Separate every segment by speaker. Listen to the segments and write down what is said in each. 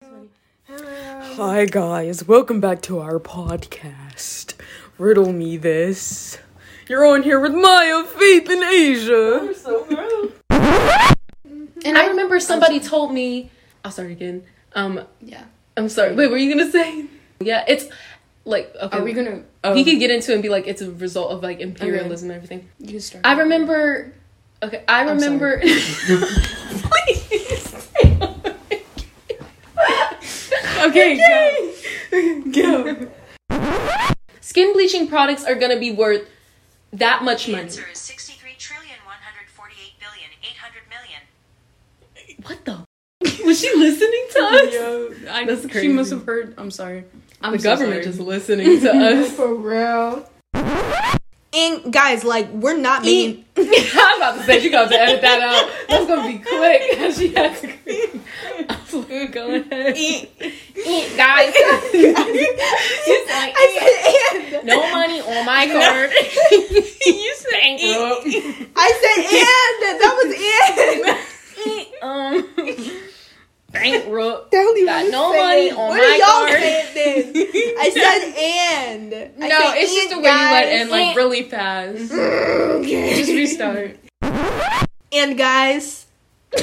Speaker 1: Um,
Speaker 2: Hi guys, welcome back to our podcast. Riddle me this. You're on here with Maya, Faith, and Asia.
Speaker 3: And I remember somebody told me. I'll start again. Um,
Speaker 4: Yeah.
Speaker 3: I'm sorry. Wait, were you gonna say? Yeah, it's like okay.
Speaker 4: Are we gonna? um,
Speaker 2: Oh,
Speaker 3: He could get into it and be like, it's a result of like imperialism and everything.
Speaker 4: You start.
Speaker 3: I remember. Okay, I
Speaker 4: I'm
Speaker 3: remember.
Speaker 4: sorry.
Speaker 3: Please. stay on it.
Speaker 2: okay, go. go.
Speaker 3: Skin bleaching products are gonna be worth that much
Speaker 5: The
Speaker 3: money.
Speaker 5: answer is 63 trillion 148 billion 800 million.
Speaker 3: What the? Was she listening to us?
Speaker 4: Yo, I,
Speaker 3: That's
Speaker 4: She
Speaker 3: crazy.
Speaker 4: must have heard. I'm sorry. I'm
Speaker 3: The
Speaker 4: so
Speaker 3: government
Speaker 4: sorry.
Speaker 3: is listening to us.
Speaker 4: For real.
Speaker 1: And guys, like we're not making
Speaker 3: I'm about to say you got to edit that out. That's gonna be quick. She has to. I'm go ahead.
Speaker 1: Eat.
Speaker 3: Eat, guys.
Speaker 1: I said and.
Speaker 3: no money on my card. you sang
Speaker 1: I said and. That was and.
Speaker 3: Um, bankrupt.
Speaker 1: That only
Speaker 3: Got
Speaker 1: was
Speaker 3: no money
Speaker 1: saying.
Speaker 3: on
Speaker 1: what
Speaker 3: my
Speaker 1: are y'all
Speaker 3: card.
Speaker 1: saying then? I said and. I
Speaker 3: No,
Speaker 1: said
Speaker 3: it's just
Speaker 1: and,
Speaker 3: the way you let
Speaker 1: guys.
Speaker 3: in, like really fast.
Speaker 1: Okay.
Speaker 3: Just restart.
Speaker 1: And guys.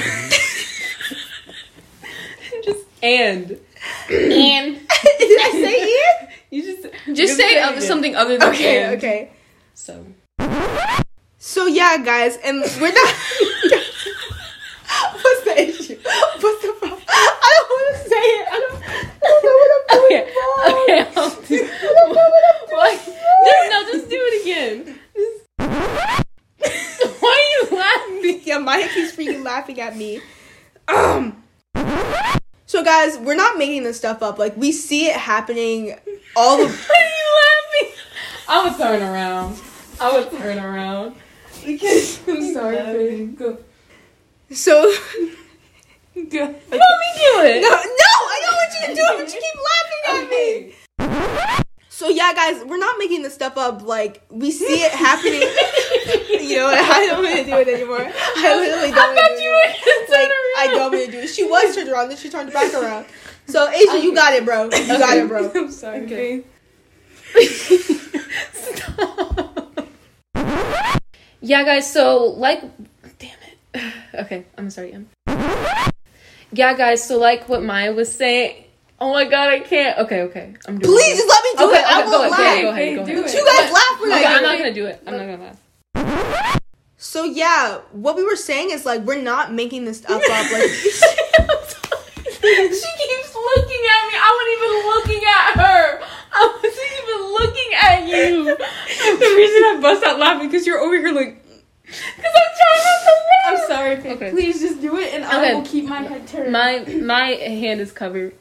Speaker 3: Just and and
Speaker 1: Did I say and?
Speaker 3: you just
Speaker 4: Just say other, something other than
Speaker 1: Okay,
Speaker 3: And.
Speaker 1: okay.
Speaker 3: So
Speaker 1: So yeah, guys, and we're not. What's the issue? What's the problem? I don't want to say it. I don't, I don't know what I'm doing.
Speaker 3: okay, okay. I'll do- What? Just, no, just do it again. Just- Why are you laughing?
Speaker 1: yeah, Maya keeps freaking laughing at me. Um. So guys, we're not making this stuff up. Like we see it happening all the.
Speaker 3: Why are you laughing? I would turn around. I would turn around.
Speaker 1: I'm sorry.
Speaker 3: Go.
Speaker 1: So no,
Speaker 3: Go. Let me do it.
Speaker 1: no, I know what you're doing, but you keep laughing at me. So yeah, guys, we're not making this stuff up. Like we see it happening. you know, what? I don't want to do it anymore. I literally
Speaker 3: I
Speaker 1: don't. wanna do
Speaker 3: thought
Speaker 1: it
Speaker 3: you were gonna turn
Speaker 1: like
Speaker 3: around.
Speaker 1: I don't want to do it. She was turned around, then she turned back around. So Asia, you got it, bro. You got it, bro.
Speaker 3: I'm sorry. Okay. Stop. Yeah, guys. So, like, damn it. Okay, I'm sorry. Em. Yeah, guys. So, like, what Maya was saying. Oh my god, I can't. Okay, okay. I'm doing.
Speaker 1: Please
Speaker 3: It.
Speaker 1: just let me do
Speaker 3: Okay,
Speaker 1: it. I
Speaker 3: okay, go
Speaker 1: won't
Speaker 3: ahead,
Speaker 1: laugh.
Speaker 3: go ahead, go ahead, go ahead.
Speaker 1: You guys laugh when
Speaker 3: Okay,
Speaker 1: I
Speaker 3: I'm
Speaker 1: do
Speaker 3: not
Speaker 1: it.
Speaker 3: gonna do it. I'm not gonna laugh.
Speaker 1: So yeah, what we were saying is like we're not making this up up. Like
Speaker 3: she keeps looking at me. I wasn't even looking at her. I wasn't even looking at you.
Speaker 2: The reason I bust out laughing because you're over here like
Speaker 3: Because I'm trying not to laugh.
Speaker 4: I'm sorry, Faith.
Speaker 3: Okay.
Speaker 4: Please just do it, and
Speaker 3: Okay.
Speaker 4: I will keep my head turned.
Speaker 3: My my hand is covered.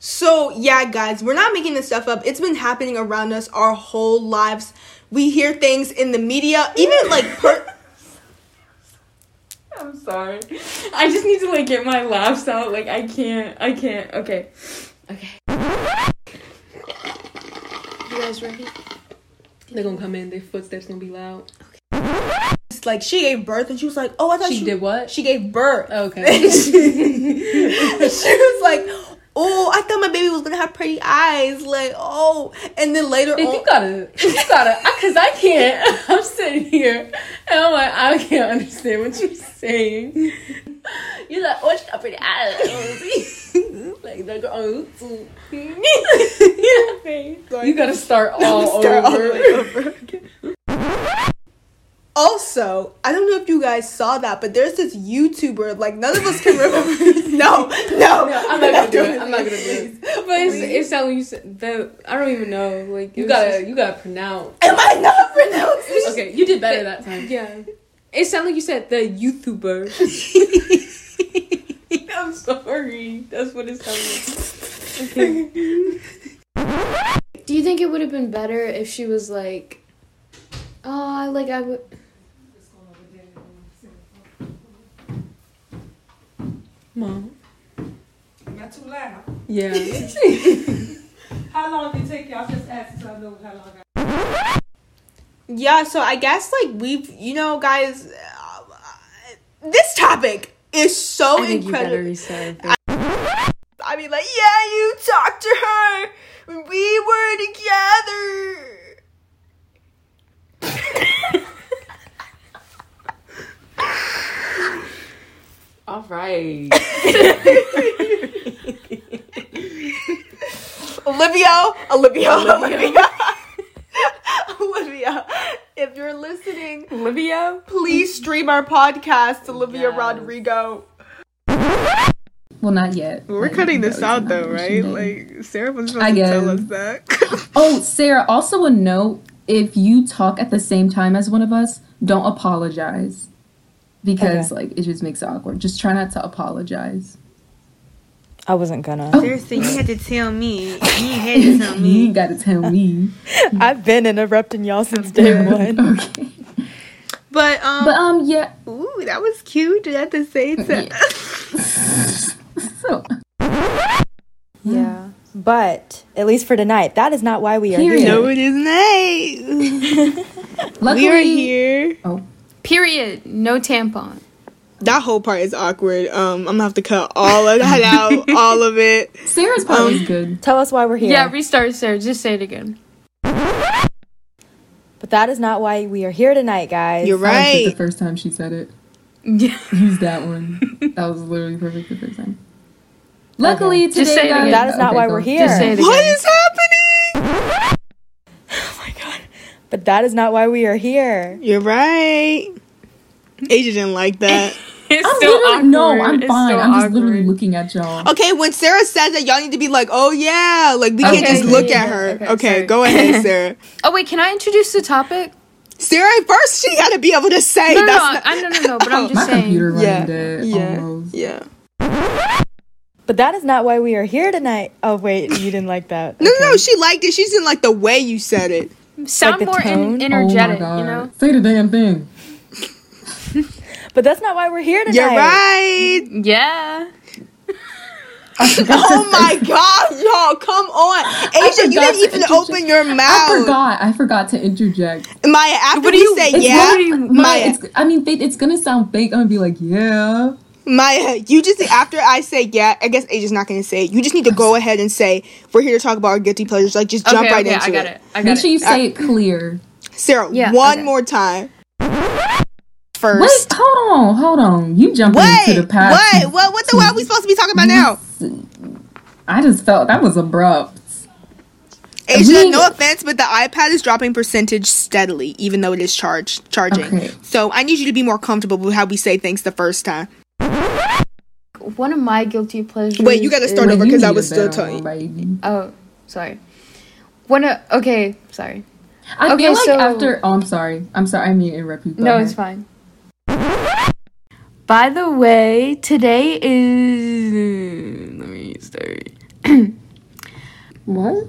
Speaker 1: so yeah, guys, we're not making this stuff up. It's been happening around us our whole lives. We hear things in the media, even like per-
Speaker 4: I'm sorry.
Speaker 2: I just need to like get my laughs out. Like I can't, I can't. Okay.
Speaker 3: Okay.
Speaker 4: You guys ready?
Speaker 3: They're gonna come in. Their footsteps gonna be loud.
Speaker 1: like she gave birth and she was like, "Oh, I thought
Speaker 3: She
Speaker 1: you-
Speaker 3: did what? Oh.
Speaker 1: She gave birth.
Speaker 3: Okay.
Speaker 1: And she, she was like, "Oh, I thought my baby was gonna have pretty eyes." Like, oh, and then later
Speaker 3: If you
Speaker 1: on,
Speaker 3: gotta, if you gotta, I- cause I can't. I'm sitting here and I'm like, I can't understand what you're saying. You're like, oh, stop it, I like that girl on YouTube. You gotta start all
Speaker 1: Start all
Speaker 3: Oh, over.
Speaker 1: the way over. also, I don't know if you guys saw that, but there's this YouTuber. Like, none of us can remember. his- no, no,
Speaker 3: I'm not gonna do it. I'm not gonna do it.
Speaker 4: But it's, it's not like you said the. I don't even know. Like it
Speaker 3: You
Speaker 4: was
Speaker 3: gotta, you gotta pronounce.
Speaker 1: Am I not pronouncing?
Speaker 3: Okay, you did better that time.
Speaker 4: just- yeah. It sounded like you said the YouTuber.
Speaker 3: I'm sorry. That's what it sounds
Speaker 4: Do you think it would have been better if she was like, oh, I like I would.
Speaker 3: like. Mom.
Speaker 6: Not too loud.
Speaker 3: Yeah.
Speaker 6: How long did it take y'all? Just ask so I know how long. I-
Speaker 1: Yeah, so I guess like we've, you know, guys, uh, this topic is so incredible.
Speaker 3: reset.
Speaker 1: I mean, like, yeah, you talked to her when we were together.
Speaker 7: All right.
Speaker 1: Olivia, Olivia, Olivia. Olivia, if you're listening,
Speaker 7: Olivia.
Speaker 1: please stream our podcast, Olivia Rodrigo.
Speaker 8: Well, not yet.
Speaker 1: We're
Speaker 8: Like,
Speaker 1: cutting this
Speaker 8: no,
Speaker 1: out
Speaker 8: it's
Speaker 1: though,
Speaker 8: not
Speaker 1: right?
Speaker 8: mentioned yet.
Speaker 1: Like Sarah was
Speaker 8: I
Speaker 1: supposed to tell us
Speaker 8: guess.
Speaker 1: that.
Speaker 8: Oh, Sarah. Also, a note: if you talk at the same time as one of us, don't apologize, because like it just makes it awkward. Just try not to apologize.
Speaker 9: I wasn't gonna.
Speaker 1: Seriously, you had to tell me. You had
Speaker 8: you ain't gotta tell me.
Speaker 9: I've been interrupting y'all since day one.
Speaker 8: okay.
Speaker 1: But um,
Speaker 8: But um, yeah.
Speaker 1: ooh, that was cute at the same time.
Speaker 8: So
Speaker 9: Yeah. But at least for tonight, that is not why we are
Speaker 8: Period.
Speaker 9: here.
Speaker 1: No, it is night.
Speaker 8: luckily,
Speaker 1: We are here.
Speaker 4: Period. No tampon.
Speaker 1: That whole part is awkward. Um, I'm gonna have to cut all of that out, all of it.
Speaker 8: Sarah's part
Speaker 3: Um,
Speaker 8: was good.
Speaker 9: Tell us why we're here.
Speaker 4: Yeah, restart, Sarah. Just say it again.
Speaker 9: But that is not why we are here tonight, guys.
Speaker 1: You're
Speaker 8: That was good
Speaker 1: right.
Speaker 8: the first time she said it. Use that one. That was literally perfect the first time. Luckily, today
Speaker 4: Just say it
Speaker 8: guys-
Speaker 4: again.
Speaker 9: That is not
Speaker 8: okay,
Speaker 9: why
Speaker 8: go.
Speaker 9: we're here.
Speaker 4: Just say it again.
Speaker 1: What is happening?
Speaker 9: Oh my god. But that is not why we are here.
Speaker 1: You're right. Asia didn't like that.
Speaker 3: It's
Speaker 8: I'm
Speaker 3: still
Speaker 8: literally-
Speaker 3: awkward.
Speaker 8: No, I'm
Speaker 3: It's
Speaker 8: fine.
Speaker 3: still
Speaker 8: I'm just literally
Speaker 3: awkward.
Speaker 8: looking at y'all.
Speaker 1: Okay, when Sarah says that, y'all need to be like, "Oh yeah," like we can't
Speaker 8: Okay,
Speaker 1: just
Speaker 8: yeah,
Speaker 1: look
Speaker 8: yeah,
Speaker 1: at her. Okay,
Speaker 8: okay, sorry.
Speaker 1: go ahead, Sarah.
Speaker 4: Oh wait, can I introduce the topic?
Speaker 1: Sarah, first she gotta be able to say
Speaker 4: No, no, no,
Speaker 1: that's not-
Speaker 4: I, no, no, no. But I'm
Speaker 8: My
Speaker 4: just saying.
Speaker 8: computer running
Speaker 1: Yeah,
Speaker 8: dead
Speaker 1: yeah,
Speaker 8: almost.
Speaker 1: yeah.
Speaker 9: But that is not why we are here tonight. Oh wait, you didn't like that.
Speaker 1: No,
Speaker 9: Okay.
Speaker 1: no, no, she liked it. She didn't like the way you said it.
Speaker 4: Sound
Speaker 9: the
Speaker 4: more
Speaker 9: tone?
Speaker 4: en-
Speaker 9: Oh
Speaker 4: energetic,
Speaker 8: oh my god.
Speaker 4: you know.
Speaker 8: Say the damn thing.
Speaker 9: But that's not why we're here tonight.
Speaker 1: You're right.
Speaker 4: Yeah.
Speaker 1: oh my god, y'all, come on. Asia, you
Speaker 8: forgot
Speaker 1: didn't
Speaker 8: to
Speaker 1: even
Speaker 8: introduce-
Speaker 1: open your
Speaker 8: I
Speaker 3: Oh.
Speaker 1: mouth.
Speaker 8: forgot. I forgot to interject.
Speaker 1: Maya, after we say
Speaker 8: It's
Speaker 1: yeah,
Speaker 8: literally-
Speaker 3: Mm,
Speaker 8: Maya,
Speaker 1: Maya,
Speaker 8: it's- I mean, Faith, it's gonna sound fake. I'm gonna be like, yeah.
Speaker 1: Maya, you just after I say yeah, I guess Asia's not gonna say it. You just need to go ahead and say we're here to talk about our guilty pleasures. Like just jump
Speaker 3: okay,
Speaker 1: right
Speaker 3: okay,
Speaker 1: into
Speaker 3: I got it. I got
Speaker 8: Make
Speaker 3: it.
Speaker 8: sure
Speaker 3: Uh,
Speaker 8: you say it clear.
Speaker 1: Sarah,
Speaker 4: Yeah,
Speaker 1: one
Speaker 4: okay.
Speaker 1: more time.
Speaker 8: Wait,
Speaker 1: First.
Speaker 8: hold on, hold on. You jumping
Speaker 1: Wait,
Speaker 8: into
Speaker 1: wait,
Speaker 8: the past.
Speaker 1: what, what the hell are we supposed to be talking about now?
Speaker 8: I just felt that was abrupt.
Speaker 1: Asia,
Speaker 8: We-
Speaker 1: no offense, but the iPad is dropping percentage steadily, even though it is charged charging.
Speaker 8: Okay.
Speaker 1: So I need you to be more comfortable with how we say things the first time.
Speaker 4: One of my guilty pleasures.
Speaker 1: Wait, you gotta
Speaker 4: is-
Speaker 1: start over
Speaker 8: you
Speaker 1: because I
Speaker 8: need
Speaker 1: was
Speaker 8: a
Speaker 1: still
Speaker 8: better one,
Speaker 1: talking.
Speaker 8: baby.
Speaker 4: Oh, sorry. One of okay, sorry.
Speaker 8: I
Speaker 4: Okay,
Speaker 8: feel like
Speaker 4: so-
Speaker 8: after. Oh, I'm sorry. I'm sorry. I mean, interrupt you. Go
Speaker 4: No,
Speaker 8: ahead.
Speaker 4: Oh, it's fine. By the way, today is. Let me start.
Speaker 8: What?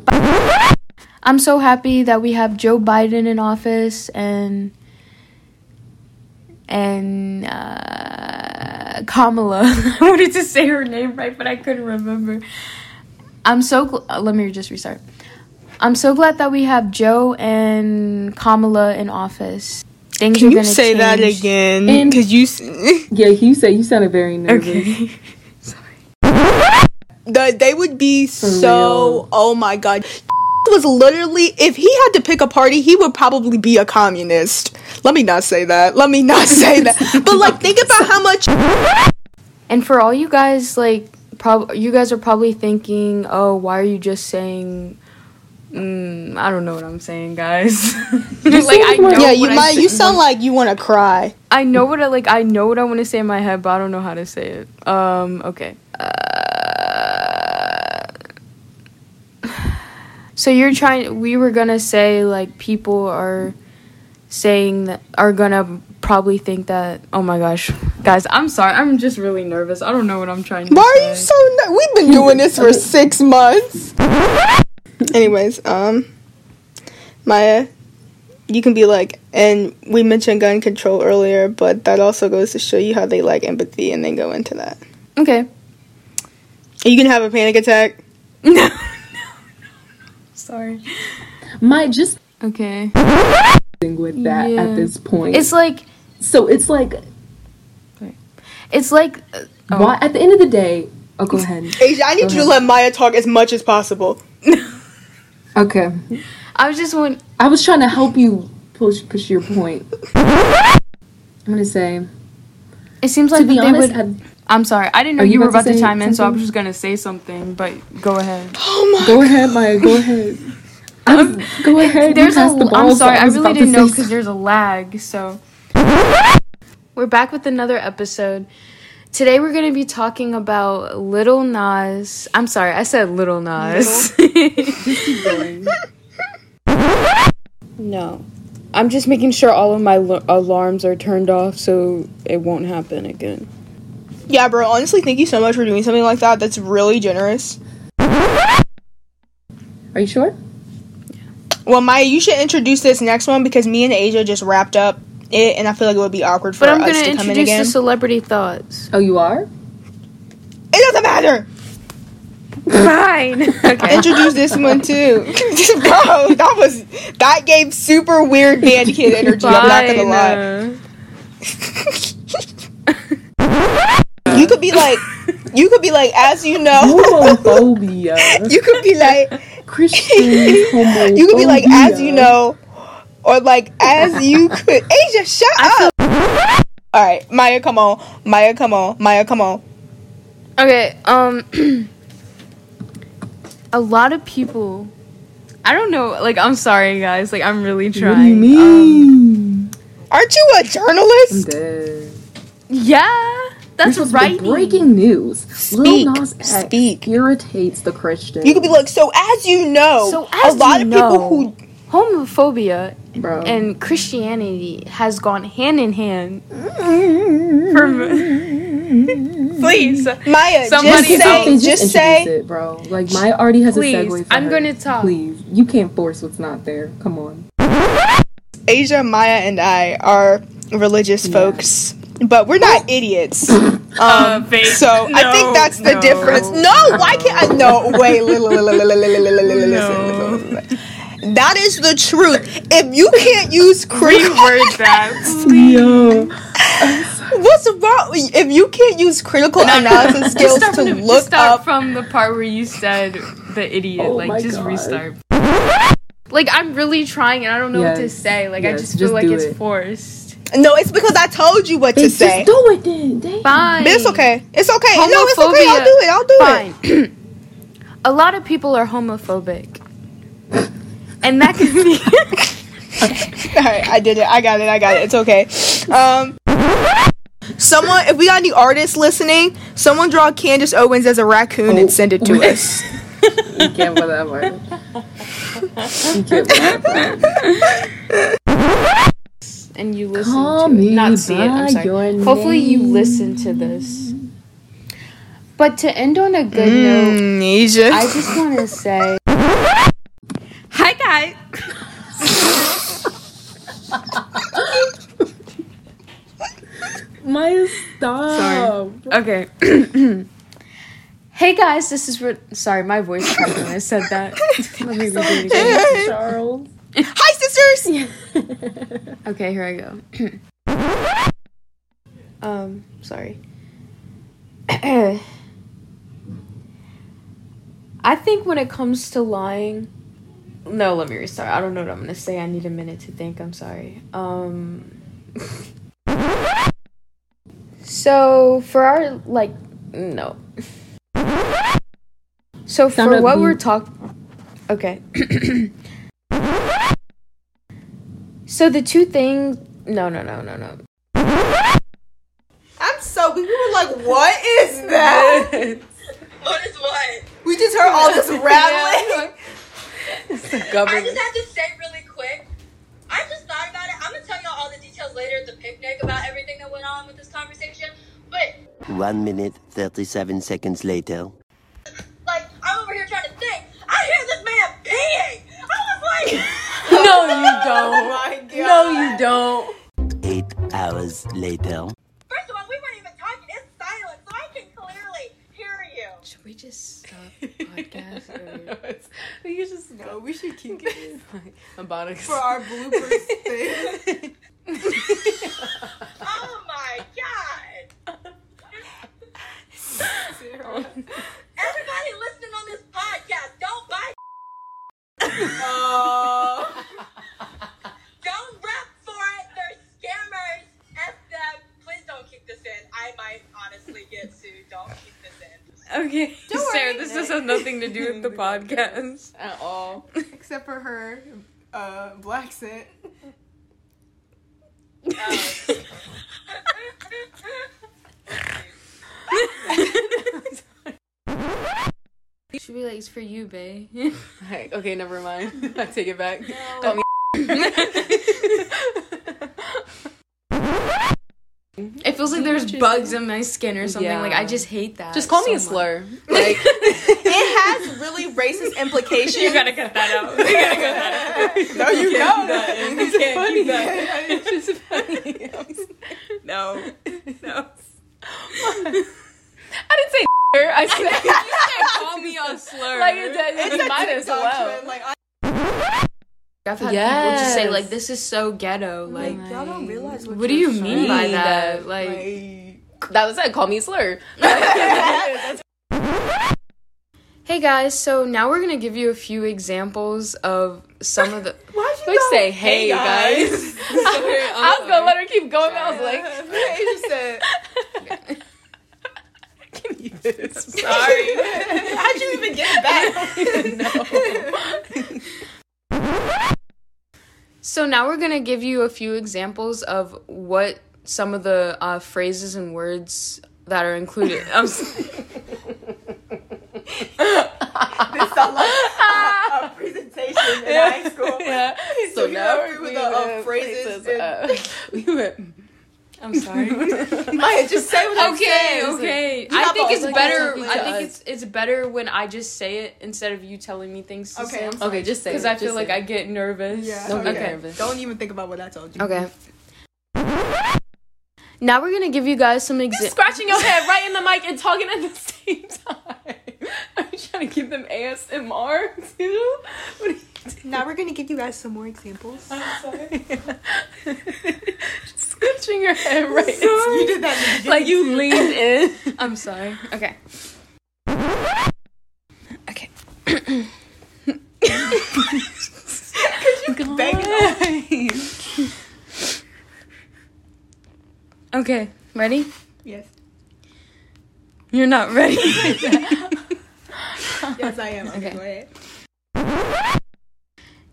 Speaker 4: I'm so happy that we have Joe Biden in office and and uh, Kamala. I wanted to say her name right, but I couldn't remember. I'm so gl- uh, let me just restart. I'm so glad that we have Joe and Kamala in office. Things are
Speaker 1: Can you
Speaker 4: gonna
Speaker 1: say that
Speaker 4: change.
Speaker 1: again?
Speaker 8: And-
Speaker 1: Because you s-
Speaker 8: Yeah, you said you sounded very nervous.
Speaker 1: the, they would be so. Oh my god, was literally if he had to pick a party, he would probably be a communist. Let me not say that. Let me not say that. But like, think about how much.
Speaker 4: And for all you guys, like, prob- you guys are probably thinking, oh, why are you just saying. Mm, I don't know what I'm saying, guys. like I know,
Speaker 1: Yeah, you
Speaker 4: what I
Speaker 1: might.
Speaker 4: say-
Speaker 1: You sound like you want to cry.
Speaker 4: I know what I like. I know what I want to say in my head, but I don't know how to say it. Um, okay. Uh, so you're trying. We were gonna say like people are saying that are gonna probably think that. Oh my gosh, guys, I'm sorry. I'm just really nervous. I don't know what I'm trying to.
Speaker 1: Why are you
Speaker 4: say.
Speaker 1: so? ner- We've been doing this for six months. Anyways, um, Maya, you can be like, and we mentioned gun control earlier, but that also goes to show you how they like empathy, and then go into that.
Speaker 4: Okay.
Speaker 1: Are you gonna have a panic attack?
Speaker 4: Sorry.
Speaker 8: Might just
Speaker 4: Okay.
Speaker 8: thing with that
Speaker 4: Yeah.
Speaker 8: at this point.
Speaker 4: It's like
Speaker 8: so it's like
Speaker 4: it's like uh, oh,
Speaker 8: why uh, at the end of the day, Oh, go ahead.
Speaker 1: Asia, I need you to let Maya talk as much as possible.
Speaker 8: Okay.
Speaker 4: I was just want.
Speaker 8: I was trying to help you push push your point. I'm gonna say
Speaker 4: It seems
Speaker 8: to
Speaker 4: like
Speaker 8: be
Speaker 4: they
Speaker 8: honest. I-
Speaker 4: would. I'm sorry. I didn't know
Speaker 8: Are
Speaker 4: you,
Speaker 8: you
Speaker 4: were
Speaker 8: about
Speaker 4: about
Speaker 8: to
Speaker 4: to,
Speaker 8: say
Speaker 4: chime in, so I
Speaker 8: something?
Speaker 4: was just gonna say something. But go ahead.
Speaker 8: go ahead, Maya. Go ahead. I'm, go ahead.
Speaker 4: There's a.
Speaker 8: you passed the ball,
Speaker 4: am
Speaker 8: so
Speaker 4: sorry. I
Speaker 8: was
Speaker 4: really
Speaker 8: about to
Speaker 4: didn't know
Speaker 8: say
Speaker 4: because there's a lag. So we're back with another episode. Today we're gonna be talking about Little Nas. I'm sorry. I said Little Nas. no. I'm just making sure all of my l- alarms are turned off so it won't happen again.
Speaker 1: Yeah, bro. Honestly, thank you so much for doing something like that. That's really generous.
Speaker 8: Are you sure?
Speaker 1: Well, Maya, you should introduce this next one because me and Asia just wrapped up it, and I feel like it would be awkward for
Speaker 4: But I'm
Speaker 1: us to
Speaker 4: gonna
Speaker 1: come in
Speaker 4: introduce
Speaker 1: again.
Speaker 4: the celebrity thoughts.
Speaker 8: Oh, you are.
Speaker 1: it doesn't matter.
Speaker 4: Fine. okay.
Speaker 1: Introduce this one too, bro. That was that gave super weird band kid energy. I'm not gonna lie. You could be like, you could be like, as you know,
Speaker 8: Homophobia.
Speaker 1: you could be like,
Speaker 8: Christian homophobia.
Speaker 1: you could be like, as you know, or like, as you could. Asia, shut up. All right, Maya, come on, Maya, come on, Maya, come on.
Speaker 4: Okay, um a lot of people I don't know, like I'm sorry guys, like I'm really trying. Um,
Speaker 8: What do you mean?
Speaker 1: Aren't you a
Speaker 8: I'm
Speaker 1: journalist?
Speaker 8: dead.
Speaker 4: Yeah.
Speaker 8: You're
Speaker 4: That's
Speaker 8: supposed to be
Speaker 4: right.
Speaker 8: breaking news.
Speaker 1: Speak.
Speaker 8: Lil Nas X
Speaker 1: Speak.
Speaker 8: irritates the Christian.
Speaker 1: You could be like, so as you know,
Speaker 4: So as
Speaker 1: a lot
Speaker 4: you
Speaker 1: of
Speaker 4: know.
Speaker 1: people who
Speaker 4: Homophobia
Speaker 1: Oh.
Speaker 8: bro.
Speaker 4: and Christianity has gone hand in hand. For m- Please.
Speaker 1: Maya,
Speaker 4: Somebody
Speaker 1: just
Speaker 4: else.
Speaker 1: say,
Speaker 8: Something,
Speaker 1: just, say,
Speaker 8: introduce it, bro. Like Maya already has a
Speaker 4: Please,
Speaker 8: segue. For
Speaker 4: I'm
Speaker 8: her.
Speaker 4: gonna talk.
Speaker 8: Please, you can't force what's not there. Come on.
Speaker 1: Asia, Maya, and I are religious folks, but we're not idiots. Um, so I think that's the difference. No, why can't I? No, wait. li- li- li- li- li- li- li- li- li- li- listen, listen, listen. That is the truth. If you can't use Christian,
Speaker 8: Yo,
Speaker 1: what's wrong? If you can't use critical analysis skills to look
Speaker 4: start
Speaker 1: up,
Speaker 4: from the part where you said the idiot.
Speaker 8: Oh my
Speaker 4: like just
Speaker 8: God.
Speaker 4: restart. Like I'm really trying and I don't know what to
Speaker 8: Yes.
Speaker 4: say. Like
Speaker 8: Yes,
Speaker 4: I just feel
Speaker 8: just
Speaker 4: like
Speaker 8: do
Speaker 4: it's
Speaker 8: it.
Speaker 4: forced.
Speaker 1: no, it's because I told you what to
Speaker 8: just
Speaker 1: say.
Speaker 8: do it then. Damn.
Speaker 4: Fine.
Speaker 1: But it's okay. It's okay. No, it's okay. I'll do it. I'll do it.
Speaker 4: Fine. A lot of people are homophobic. And that could be
Speaker 1: All right, I did it. I got it. I got it. It's okay. Um, someone, if we got any artists listening, someone draw Candace Owens as a raccoon and send it to us.
Speaker 8: Oh, You can't put that word. You can't put that word.
Speaker 4: and you listen
Speaker 8: Call
Speaker 4: to it.
Speaker 8: me
Speaker 4: Not see it.
Speaker 8: by
Speaker 4: I'm sorry.
Speaker 8: your
Speaker 4: Hopefully you listen to this. But to end on a good note,
Speaker 8: Mm,
Speaker 1: Amnesia.
Speaker 4: I just want to say. Hi, guys.
Speaker 8: Maya, stop.
Speaker 4: Okay. hey, guys, this is. Re- Sorry, my voice cracked when I said that. Let me redo it again.
Speaker 8: Charles.
Speaker 1: Hi, sisters.
Speaker 4: Okay, here I go. um, sorry. I think when it comes to lying, no, let me restart. I don't know what I'm gonna say. I need a minute to think. I'm sorry. Um. so for our like, no. So
Speaker 8: Sound
Speaker 4: for
Speaker 8: of
Speaker 4: what
Speaker 8: the-
Speaker 4: we're talking, okay. so the two things. No, no, no, no, no.
Speaker 1: I'm so. We were like, what is that? what is what? We just heard all this rattling.
Speaker 5: I just have to say really quick. I just thought about it. I'm gonna tell y'all all the details later at the picnic about everything that went on with this conversation. But
Speaker 10: One minute, 37 seconds later.
Speaker 5: like, I'm over here trying to think. I hear this man peeing. I was like,
Speaker 2: No, you
Speaker 1: Oh
Speaker 2: don't. No, you don't.
Speaker 10: Eight hours later.
Speaker 5: first of all, we weren't even talking. It's silent, so I can clearly hear you.
Speaker 4: Should we just stop the podcast? Or...
Speaker 2: We could just no. We should keep it about it.
Speaker 1: our bloopers thing.
Speaker 5: Oh my god.
Speaker 1: Oh.
Speaker 5: Don't rep for it. They're scammers. F them. Please don't keep this in. I might honestly get sued. Don't keep this in.
Speaker 2: Okay.
Speaker 1: Don't
Speaker 2: Sarah,
Speaker 1: worry.
Speaker 2: this just has nothing to do with the podcast.
Speaker 3: At all.
Speaker 1: Except for her uh, black scent.
Speaker 3: Should be like, it's for you, bae. Like, okay, never mind. I take it back. Call me
Speaker 4: It feels like there's bugs in my skin or something.
Speaker 3: Yeah.
Speaker 4: Like I just hate that.
Speaker 3: Just call me a
Speaker 4: so much.
Speaker 3: slur. Like,
Speaker 1: It has really racist implications.
Speaker 2: You gotta cut that out. You gotta cut that out.
Speaker 1: no, you know
Speaker 2: It's funny. It's just funny. No. No.
Speaker 3: I didn't say I said
Speaker 2: Call me a slur.
Speaker 3: like it does.
Speaker 1: It's
Speaker 3: You
Speaker 1: a
Speaker 3: might as
Speaker 1: TikTok
Speaker 3: well.
Speaker 1: trend, Like,
Speaker 4: I've had people just say
Speaker 3: Yes.
Speaker 4: like this is so ghetto. Like
Speaker 1: I, y'all don't realize what,
Speaker 4: what do you
Speaker 1: you're
Speaker 4: mean by
Speaker 3: saying.
Speaker 4: that? Like,
Speaker 1: saying.
Speaker 3: That was it. Call me a slur.
Speaker 4: hey guys, so now we're gonna give you a few examples of some of the.
Speaker 1: Why'd you
Speaker 3: We
Speaker 1: go,
Speaker 3: say, hey, you guys. I was gonna let her keep going. but I was like,
Speaker 1: Like, Asia said,
Speaker 2: Sorry.
Speaker 1: how'd you even get it back?
Speaker 4: So now we're gonna give you a few examples of what some of the uh, phrases and words that are included. I'm s-
Speaker 1: This sounds like a, a presentation in high school.
Speaker 3: yeah. So
Speaker 1: you
Speaker 3: now
Speaker 1: remember
Speaker 3: we
Speaker 1: the, uh,
Speaker 3: went
Speaker 1: phrases
Speaker 3: places, uh, we went.
Speaker 4: I'm sorry.
Speaker 1: Maya, mm. just say what I'm
Speaker 4: okay,
Speaker 1: saying.
Speaker 4: okay.
Speaker 1: You
Speaker 4: I
Speaker 1: have
Speaker 4: think
Speaker 1: to
Speaker 4: it's
Speaker 1: explain
Speaker 4: better.
Speaker 1: something
Speaker 4: I
Speaker 1: to
Speaker 4: think
Speaker 3: us.
Speaker 4: it's it's better when I just say it instead of you telling me things to
Speaker 1: Okay,
Speaker 4: say.
Speaker 1: I'm sorry.
Speaker 3: Okay, just say.
Speaker 4: Because
Speaker 3: it,
Speaker 4: I feel
Speaker 3: just
Speaker 4: like
Speaker 3: say
Speaker 4: I
Speaker 3: it.
Speaker 4: get nervous.
Speaker 1: Yeah.
Speaker 3: Don't get
Speaker 1: okay.
Speaker 3: nervous.
Speaker 1: Don't even think about what I told you.
Speaker 4: Okay. Now we're gonna give you guys some
Speaker 3: You're
Speaker 4: examples.
Speaker 3: scratching your head right in the mic and talking at the same time. Are you trying to give them ASMR too? What are you
Speaker 1: Now we're gonna give you guys some more examples.
Speaker 3: Just scratching your head right in
Speaker 1: You did that. in the
Speaker 3: like you leaned in.
Speaker 4: I'm sorry. Okay. Okay. Okay. Ready?
Speaker 1: Yes.
Speaker 4: You're not ready.
Speaker 1: Yes, I am. Okay.
Speaker 4: Okay.
Speaker 1: Go ahead.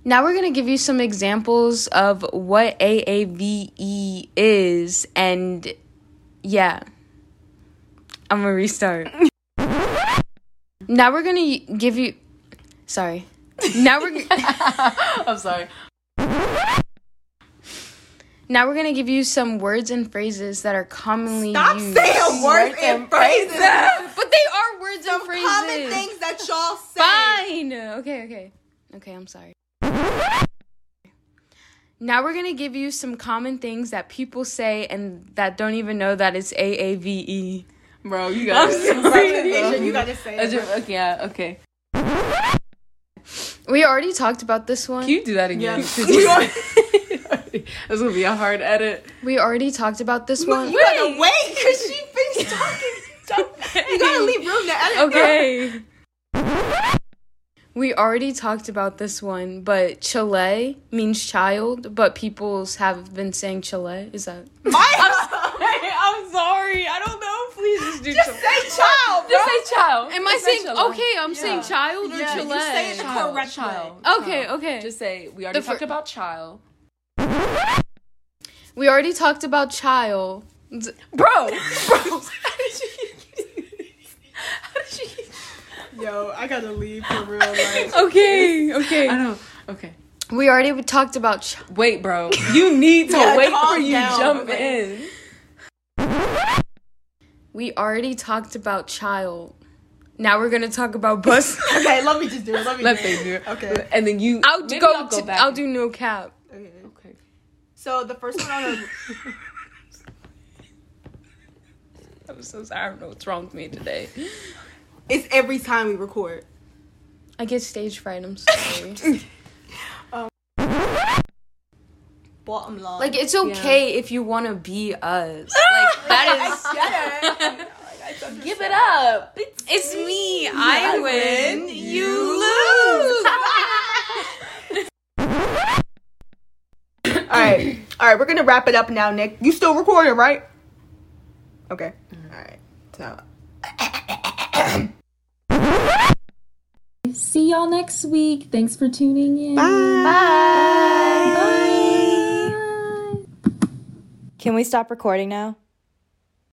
Speaker 4: now we're gonna give you some examples of what AAVE E is, and yeah, I'm gonna restart. now we're gonna y- give you. Sorry. Now we're. g-
Speaker 3: I'm sorry.
Speaker 4: Now we're gonna give you some words and phrases that are commonly
Speaker 1: Stop
Speaker 4: used.
Speaker 1: saying words and phrases.
Speaker 4: But they are words and phrases.
Speaker 1: Common things that y'all say.
Speaker 4: Fine. Okay, okay. Okay, I'm sorry. Now we're gonna give you some common things that people say and that don't even know that it's AAVE.
Speaker 3: Bro, you got
Speaker 1: Presentation, You gotta say it.
Speaker 3: Okay, yeah, okay.
Speaker 4: We already talked about this one.
Speaker 3: Can you do that again?
Speaker 1: Yes.
Speaker 3: 'Cause you- This will be a hard edit.
Speaker 4: We already talked about this one.
Speaker 1: You gotta wait because she finished talking. you gotta leave room to edit.
Speaker 4: Okay. We already talked about this one, but Chile means child, but people have been saying Chile. Is that
Speaker 2: I'm sorry. I don't know. Please just do something.
Speaker 1: Say child, bro.
Speaker 3: Just say child.
Speaker 4: Am I
Speaker 3: Just say
Speaker 4: saying
Speaker 3: child.
Speaker 4: okay? I'm saying child or
Speaker 1: Yeah, you
Speaker 4: Chile.
Speaker 1: say it the correct way.
Speaker 3: Child.
Speaker 4: okay, okay.
Speaker 3: Just say we already
Speaker 4: The fir-
Speaker 3: talked about child.
Speaker 4: we already talked about child.
Speaker 3: Bro, bro. How did you? How did you?
Speaker 1: Yo, I gotta leave for real. Like,
Speaker 2: Okay. Okay.
Speaker 3: I know. Okay.
Speaker 4: We already talked about. Ch-
Speaker 3: Wait, bro. You need to wait
Speaker 1: calm
Speaker 3: before you
Speaker 1: down,
Speaker 3: jump
Speaker 1: okay.
Speaker 3: in.
Speaker 4: we already talked about child. Now we're gonna talk about bus.
Speaker 1: okay, let me just do it. Let me.
Speaker 3: Let
Speaker 1: do it.
Speaker 3: me do it.
Speaker 1: Okay.
Speaker 3: And then you.
Speaker 4: I'll
Speaker 3: Maybe
Speaker 4: go.
Speaker 3: I'll
Speaker 4: to-
Speaker 3: back.
Speaker 4: I'll do no cap.
Speaker 1: Okay.
Speaker 3: Okay.
Speaker 1: So the first one on the
Speaker 2: I'm so sorry. I don't know what's wrong with me today.
Speaker 1: it's every time we record.
Speaker 4: I get stage fright. I'm sorry.
Speaker 1: Bottom line.
Speaker 4: like it's okay if you wanna be us. Like that is. Give it up. It's, me. I win. You lose.
Speaker 1: All right. All right. We're gonna wrap it up now, Nick. You still recording, right? Okay. All right. So.
Speaker 8: See y'all next week. Thanks for tuning in.
Speaker 9: Can we stop recording now?